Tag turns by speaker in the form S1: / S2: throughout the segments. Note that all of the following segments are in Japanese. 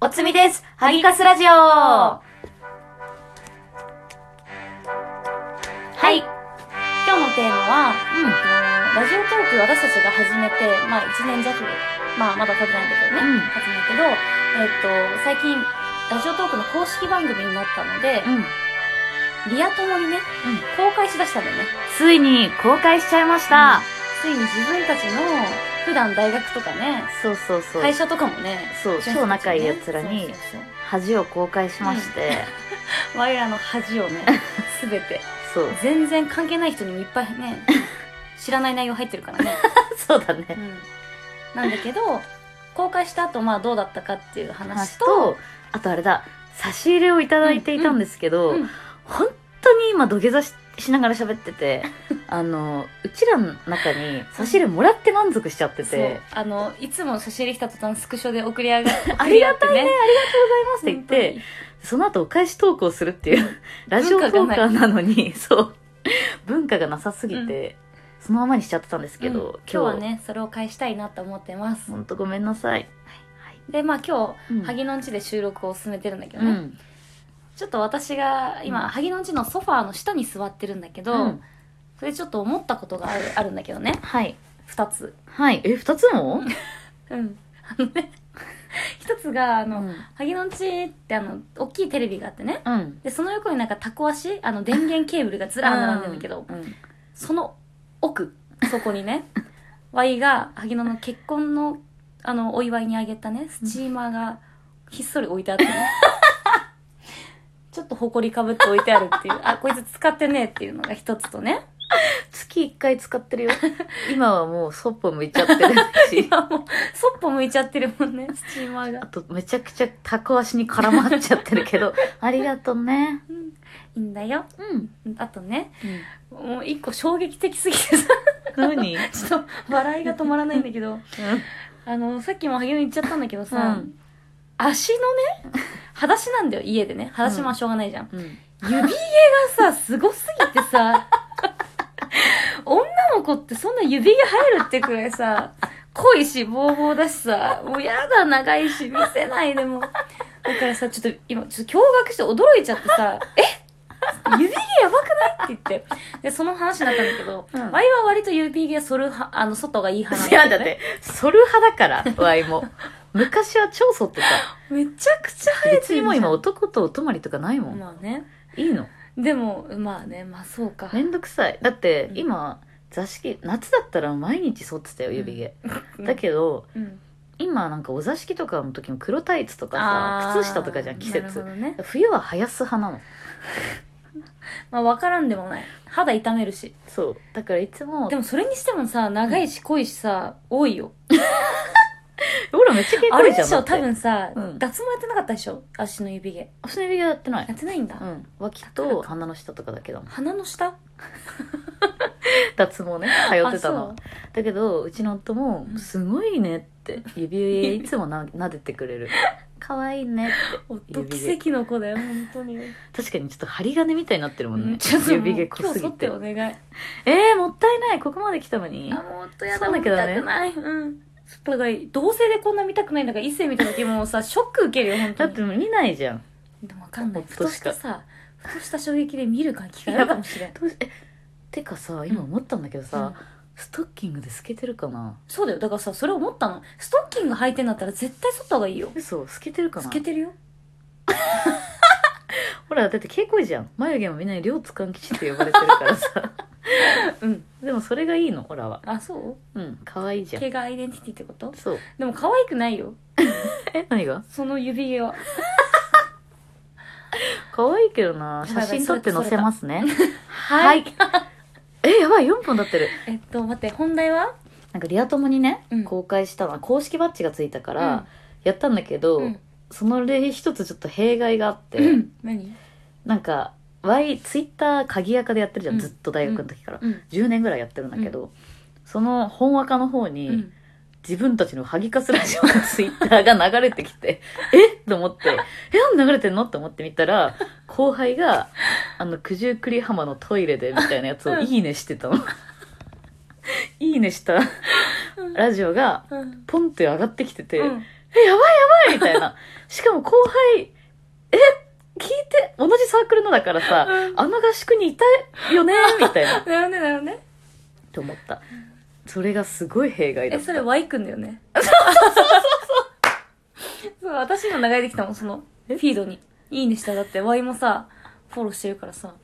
S1: おつみです。ハギカスラジオ。はい。今日のテーマは、ラジオトーク私たちが始めて、まあ1年弱、まあまだ経ってないんだけどね。
S2: うん
S1: 経つんだけど、えっ、と、最近、ラジオトークの公式番組になったので、
S2: うん。うん。
S1: リア友にね、公開しだしたんだよね。
S2: ついに公開しちゃいました。
S1: ついに自分たちの、普段大学とかね、
S2: そうそうそう。
S1: 会社とかもね、
S2: そう、超仲いい奴らに
S1: そうそうそう
S2: 恥を公開しまして、
S1: 我らの恥 をね、すべて。
S2: そう。
S1: 全然関係ない人にもいっぱいね知らない内容入ってるからね、
S2: そうだね。
S1: なんだけど公開した後まあどうだったかっていう話
S2: 話
S1: と
S2: と、あとあれだ、差し入れをいただいていたんですけど、
S1: うんうん
S2: 本当に今土下座ししながら喋ってて、あの、うちらの中に差し入れもらって満足しちゃって
S1: そう
S2: て、
S1: あのいつも差し入れ来た途端スクショで送り上が
S2: ありがたいね、ありがとうござい
S1: 送
S2: ますって言っ
S1: り合って
S2: て、その後お返しトークをするっていう、ラジオトーカーなのに、そう、文化がなさすぎて、そのままにしちゃってたんですけ
S1: 本当にうん
S2: ど、
S1: 今日は、ねそれを返したいなと思ってます
S2: ほんとごめんなさい。はい。
S1: でまあ今日、
S2: うん
S1: 萩のんちで収録を進めてるんだけど
S2: う
S1: ね、
S2: ん。
S1: ちょっと私が今、
S2: うん
S1: 萩のんちのソファーの下に座ってるんだけど、
S2: うん
S1: それちょっと思ったことがあるあるんだけどね
S2: はい。
S1: 2つ
S2: はい。え、二つも
S1: うんあのね一つがあの、
S2: うん
S1: 萩のんちってあの大きいテレビがあってね
S2: うん。
S1: でその横になんかタコ足あの電源ケーブルがずらー並んでるんだけど、
S2: うん
S1: その奥そこに ねワイが萩野の結婚のあのお祝いにあげたねスチーマーがひっそり置いてあってね ちょっとほこりかぶって置いてあるっていうあこいつ使ってねえっていうのが一つとね
S2: 月一回使ってるよ。今はもうそっぽ向いちゃってる し。
S1: 今もうそっぽ向いちゃってるもんねスチーマーが
S2: あと、めちゃくちゃタコ足に絡まっちゃってる けど、ありがとうね。
S1: いいんだよ
S2: うん。
S1: あとねもう一個衝撃的すぎてさ
S2: 何うん。
S1: ちょっと笑いが止まらないんだけど あのさっきも萩野言っちゃったんだけどさ、
S2: うん
S1: 足のね裸足なんだよ家でね裸足もしょうがないじゃん、
S2: うん。
S1: 指毛がさすごすぎてさ女の子ってそんな指毛生えるってくらいさ濃いしボーボーだしさもうやだ長いし見せないでもだからさちょっと今ちょっと驚愕して驚いちゃってさ「え指毛やばくない?」って言ってでその話になったんだけど、
S2: うん
S1: ワイは割と指毛剃るはあの外がいい派なん
S2: い
S1: だ
S2: や、だ
S1: よ
S2: っ
S1: ね
S2: て、反る派だから、ワイ も。昔は超反ってた。
S1: めちゃくちゃ生えてる
S2: 別にもう
S1: じゃ
S2: 今
S1: ん
S2: 男とお泊まりとかないもん。
S1: まあね
S2: いいの
S1: でもまあねまあそうか
S2: めんどくさい。だって
S1: う、ん
S2: 今、座敷、夏だったら毎日剃ってたよ、指毛。だけど、
S1: うん
S2: 今なんかお座敷とかの時も黒タイツとか
S1: あ
S2: さ
S1: ー
S2: 靴下とかじゃん季
S1: なる
S2: 節
S1: ほどね、
S2: 冬は生やす派なの
S1: まあ分からんでもない肌痛めるし
S2: そうだからいつも
S1: でもそれにしてもさ長いし濃いしさ、多いよ
S2: ほらめっちゃ結
S1: あ
S2: 構い
S1: れ
S2: いじ
S1: で
S2: ゃん
S1: しょ
S2: だ
S1: 多
S2: って
S1: 分さ、
S2: うん
S1: 脱毛やってなかったでしょ足の指毛
S2: 足の指がやってない
S1: やってないんだ、
S2: うん脇と鼻の下とかだけだもん
S1: 鼻の下
S2: 脱毛ね通ってたの
S1: あ
S2: はだけどうちの夫も
S1: うん
S2: 「すごいね」って指いつもな撫でてく れる「可愛いね」って
S1: そう夫
S2: 指
S1: 奇
S2: 毛
S1: 跡の子だよ本当に、
S2: 確かにちょっと針金みたいになってるもん
S1: うん
S2: ね
S1: ちょっともう
S2: 指毛濃
S1: 今日
S2: す
S1: 剃
S2: ぎ
S1: って
S2: て
S1: お願いあ
S2: えーもったいないここまで来たのに
S1: もうとやだ
S2: そうだけどね
S1: 見たくないうんだから同性でこんな見たくないんだから異性見た時もう さショック受けるよ本
S2: だ
S1: 当
S2: っ
S1: に
S2: て見ないじゃん
S1: でも分かんない
S2: ほ
S1: ふ
S2: っ
S1: と
S2: と
S1: し
S2: したた
S1: さふとした衝撃で見る感じがあるかもしれん
S2: どうしえてかさ今思ったんだけどさ、
S1: うん
S2: ストッキングで透けてるかな
S1: そうだよだからさそれ思ったのストッキング履いてんだったら絶対剃った方がいいよ
S2: 嘘透けてるか
S1: 透
S2: な
S1: けてるよ
S2: ほらだって結構いいじゃん眉毛もみんなに両津勘吉って呼ばれてるから さ
S1: うん
S2: でもそれがいいのオラは
S1: あそう
S2: うん可愛いじゃん
S1: 毛がアイデンティティってこと
S2: そう
S1: でも可愛くないよ
S2: え何が
S1: その指毛は
S2: 可愛いけどな
S1: やばいや
S2: 写
S1: ばい
S2: 真撮って載せますね
S1: は
S2: えやばい4分経ってる
S1: えっと待って本題は
S2: なんかリア友にね、
S1: うん
S2: 公開したのは公式バッジがついたから、やったんだけど、
S1: うん
S2: その例一つちょっと弊害があって、
S1: うん何
S2: なんか Y ツイッター鍵垢でやってるじゃん、
S1: うん
S2: ずっと大学の時から、
S1: うん
S2: 10年ぐらいやってるんだけど、その本垢の方に、
S1: うん
S2: 自分たちのハギカスラジオのツイッターが流れてきて えっと思って えなんで流れてんのって思ってみたら後輩があの九十九里浜のトイレでみたいなやつ
S1: う
S2: を
S1: ん
S2: いいねしてたのいいねしたラジオが
S1: うん
S2: ポンって上がってきてて、
S1: う
S2: え
S1: ん
S2: やばいやばいみたいな。しかも後輩、え聞いて、同じサークルのだからさ、
S1: うん
S2: あの合宿にいたよねみたいな。
S1: だよねだよね
S2: と思った。それがすごい弊害だ
S1: え
S2: った。
S1: それ Y 君だよね そう私の流れてきたもんそのフィードに「いいね」しただって Y もさフォローしてるからさ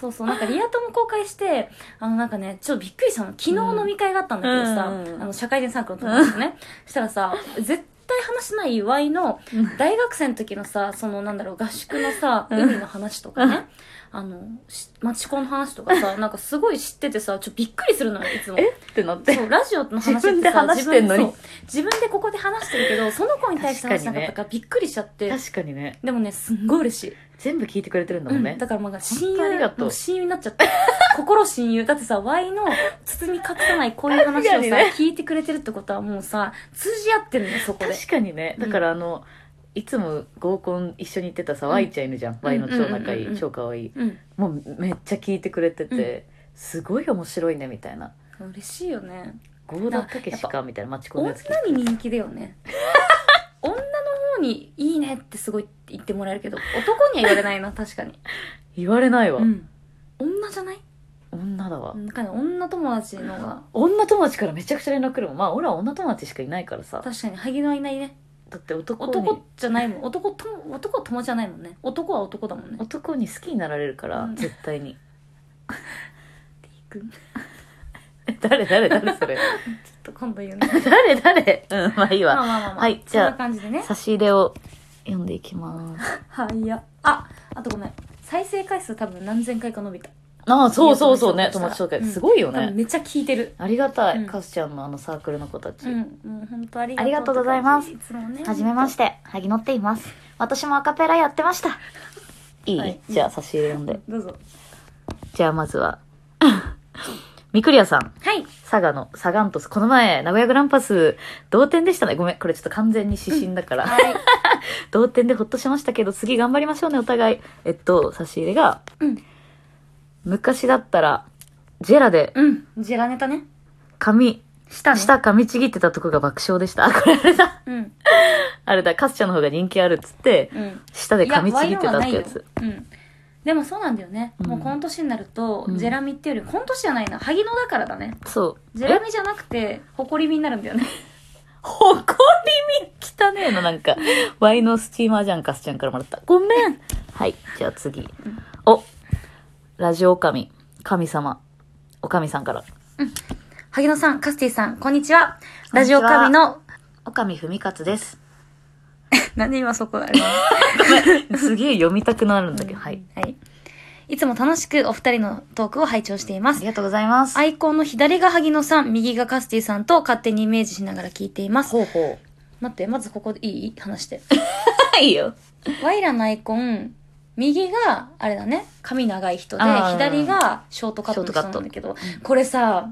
S1: そうそうなんかリア友公開してあのなんかねちょっとびっくりしたの昨日飲み会があったんだけどさ、
S2: うんうん
S1: あの社会人サークルの友達とね、したらさ絶対話しない Y の大学生の時のさそのなんだろう合宿のさ
S2: うん
S1: 海の話とかね、あのし町コンの話とかさなんかすごい知っててさちょっとびっくりするのよいつも
S2: えってなって。
S1: そうラジオの話ってさ
S2: 自分で話してんのに
S1: 自分でそう自分でここで話してるけどその子に対して話しなかったからびっくりしちゃって、
S2: 確かにね。
S1: でもねすんごい嬉しい、
S2: 全部聞いてくれてるんだも
S1: うんん
S2: ね。
S1: だからまあ親
S2: 本当ありが
S1: 友
S2: とう
S1: もう親友になっちゃった心親友だってさ Y の包み隠さないこういう話
S2: 確か
S1: をさ、
S2: にね
S1: 聞いてくれてるってことはもうさ通じ合ってるのよそこで
S2: 確かにね。だからあの、いつも合コン一緒に行ってたさ、ワイちゃんいるじゃん。ワイの超仲
S1: うんうんうん
S2: い
S1: うん
S2: い、超可愛い。
S1: うん
S2: もうめっちゃ聞いてくれてて、すごい面白いね、みたいな。
S1: 嬉しいよね
S2: 合田武史かみたいな、マチコンの
S1: 女
S2: やつ聞いて
S1: に人気だよ ね女の方に「いいね」ってすごい言ってもらえるけど男には言われないな確かに、
S2: 言われないわ。
S1: うん、女じゃない
S2: 女だわ。
S1: なんかね女友達のが
S2: 女友達からめちゃくちゃ連絡来るもん。まあ、俺は女友達しかいないからさ。
S1: 確かに萩野はいないね
S2: だって男に
S1: 男じゃないもん男とも男は友じゃないもんね男は男だもんね
S2: 男に好きになられるから、
S1: うん
S2: 絶対に
S1: ちょっ
S2: え誰誰誰それ
S1: と今度言うね
S2: 誰誰うんまあいい
S1: まあ
S2: わ
S1: まあまあ、まあ、
S2: はいじゃあ
S1: そんな感じでね
S2: 差し入れを読んでいきます
S1: はいやああとごめん再生回数多分何千回か伸びた
S2: ああそうそうそうね
S1: 友
S2: 友達
S1: 達
S2: 紹
S1: 紹介し
S2: 介、
S1: た
S2: すごいよ
S1: 多分
S2: ね
S1: めっちゃ聞いてる
S2: ありがたい、
S1: うん
S2: かすちゃんのあのサークルの子たち、
S1: うんもう本当ありがとう
S2: ありがとうございます
S1: って感じいつもね
S2: はじめまして萩野っています私もアカペラやってましたいい、
S1: はい
S2: じゃあ差し入れ読んで
S1: どうぞ
S2: じゃあまずは みくりやさん
S1: はい
S2: 佐賀のサガントスこの前名古屋グランパス同点でしたねごめんこれちょっと完全に指針だから、
S1: はい
S2: 同点でほっとしましたけど、次頑張りましょうね、お互い。えっと、差し入れが、
S1: うん
S2: 昔だったら、ジェラで
S1: うんジェラネタね
S2: 髪、
S1: したね
S2: 舌噛みちぎってたとこが爆笑でした。あ、 これあれだ。
S1: うん
S2: あれだ、カスちゃんの方が人気あるっつって、
S1: うん
S2: 舌で噛みちぎってたってや
S1: いやワ
S2: つ。
S1: イロンはないようんでもそうなんだよね、
S2: うん
S1: もうこの年になると、
S2: うん
S1: ジェラミっていうよりこの年じゃないな萩野だからだね
S2: そう。
S1: ジェラミじゃなくて誇りみになるん だよね
S2: ほこりみ汚ねえの、なんか。ワイのスチーマーじゃん、カスちゃんからもらった。ごめん。はい、じゃあ次。お、ラジオ神、神様、お神さんから。
S1: 萩野さんカスティさんこんにちは
S2: こん
S1: ラ
S2: にち
S1: ジ
S2: は
S1: オ神 の
S2: お神ふみかつです。
S1: なんで今そこあれ
S2: すげえ読みたくなるんだけど、は
S1: はいい。、はい、いつも楽しくお二人のトークを拝聴していま
S2: あ
S1: す
S2: りがとうございます。
S1: アイコンの左が萩野さん右がカスティさんと勝手にイメージしながら聞いています
S2: ほうほ
S1: 待ってまずここでいい話して
S2: う。いいよ。
S1: ワイラのアイコン、右が、あれだね、髪長い人で、
S2: あー
S1: 左がショートカットの人なんだけど、これさ、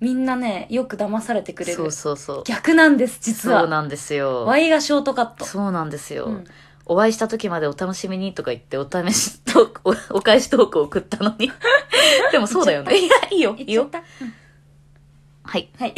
S1: みんなね、よく騙されてくれる。
S2: そうそうそう。
S1: 逆なんです、実
S2: そう
S1: は。
S2: なんですよ。
S1: ワイがショートカット。
S2: そうなんですよ、
S1: うん
S2: お会いした時までお楽しみにとか言って、お試しトーク、 おお返しトークを送ったの に。でもそうだよね。いや、い いよ、いい
S1: 言っ
S2: よ
S1: ち。ゃった
S2: はい。
S1: はい。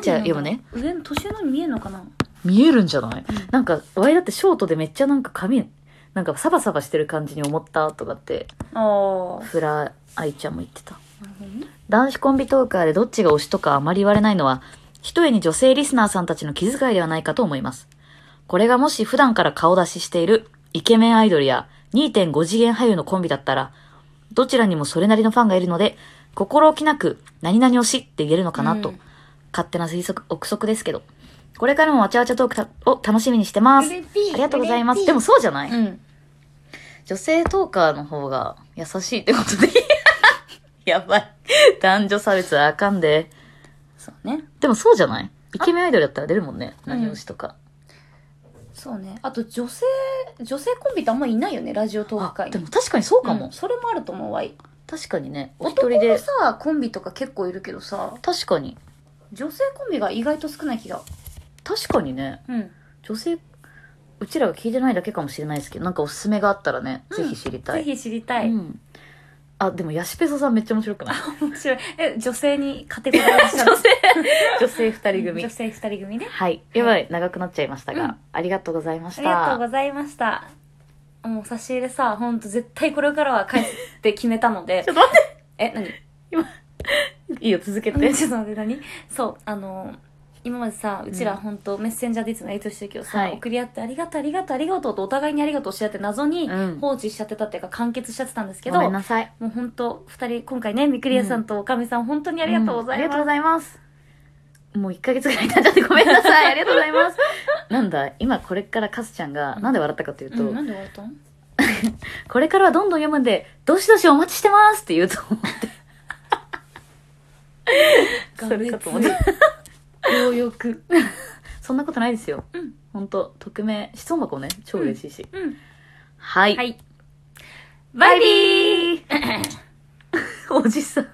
S2: じゃあ読むね。
S1: 上の年上のに見えるのかな
S2: 見えるんじゃない、
S1: うん
S2: なんか、お会いだってショートでめっちゃなんか髪、なんかサバサバしてる感じに思ったとかって、
S1: ああ。
S2: フラアイちゃんも言ってた。
S1: なるほどね
S2: 男子コンビトーカーでどっちが推しとかあまり言われないのは、一重に女性リスナーさんたちの気遣いではないかと思います。これがもし普段から顔出ししているイケメンアイドルや2.5次元俳優のコンビだったら、どちらにもそれなりのファンがいるので、心置きなく何々推しって言えるのかなと、
S1: うん
S2: 勝手な推測、憶測ですけど、これからもわちゃわちゃトークたを楽しみにしてます。
S1: 嬉しい
S2: ありがとうございま
S1: 嬉しい
S2: す。でもそうじゃない、
S1: うん。
S2: 女性トーカーの方が優しいってことで。 やばい。男女差別はあかんで。
S1: そうね。
S2: でもそうじゃないイケメンアイドルだったら出るもんね。
S1: うん
S2: 何推しとか。
S1: そうね。あと女性、女性コンビってあんまいないよね、ラジオトーク
S2: あ
S1: 会、に
S2: でも確かにそうかも。
S1: うんそれもあると思う、ワイ。
S2: 確かにね。お一
S1: 男
S2: 人
S1: の
S2: で。
S1: さ、コンビとか結構いるけどさ、
S2: 確かに。
S1: 女性コンビが意外と少ない気が
S2: 確かにね。
S1: うん
S2: 女性、うちらが聞いてないだけかもしれないですけど、なんかおすすめがあったらね、
S1: うん
S2: ぜひ知りたい。
S1: ぜひ知りたい、
S2: うんあ、でもヤシペソさんめっちゃ面白くない
S1: 面白い。え、女性にカテゴライズしちゃ った
S2: 女性女性二人組
S1: 女。性二人組ね。
S2: はい。やばい、長くなっちゃいましたが、
S1: うん
S2: ありがとうございまし
S1: あ
S2: た。
S1: りがとうございました。もう差し入れさ、ほんと絶対これからは返すって決めたので
S2: ち。ょっと待っ
S1: え、何
S2: て。いいよ、続けて。
S1: ちょっと待って、何そう、あの、今までさ、うちらほんとメッセンジャーでいつもやりとしてるけどさ、
S2: はい
S1: 送り合ってありがとうありがとうありがとうとお互いにありがとうし合って謎に
S2: うん
S1: 放置しちゃってたっていうか完結しちゃってたんですけど、
S2: ごめんなさい。
S1: もうほんと二人、今回ね、ミクリアさんとおかみさん本当にありがとうござい
S2: んありがと
S1: ま
S2: うございます。もう1ヶ月ぐらい経っちゃってごめんなさい。ありがとうございます。 なんだ、今これからカスちゃんが、なんで笑ったかという
S1: す。
S2: と、
S1: うん、なんで終わったの
S2: これからはどんどん読むんで、どしどしお待ちしてますって言う と思って。それかと思って。
S1: 強欲。
S2: そんなことないですよ。
S1: うん
S2: ほんと、匿名、質問箱ね、超嬉しいし。
S1: うん。
S2: はい。
S1: はい。バイビー
S2: おじさん。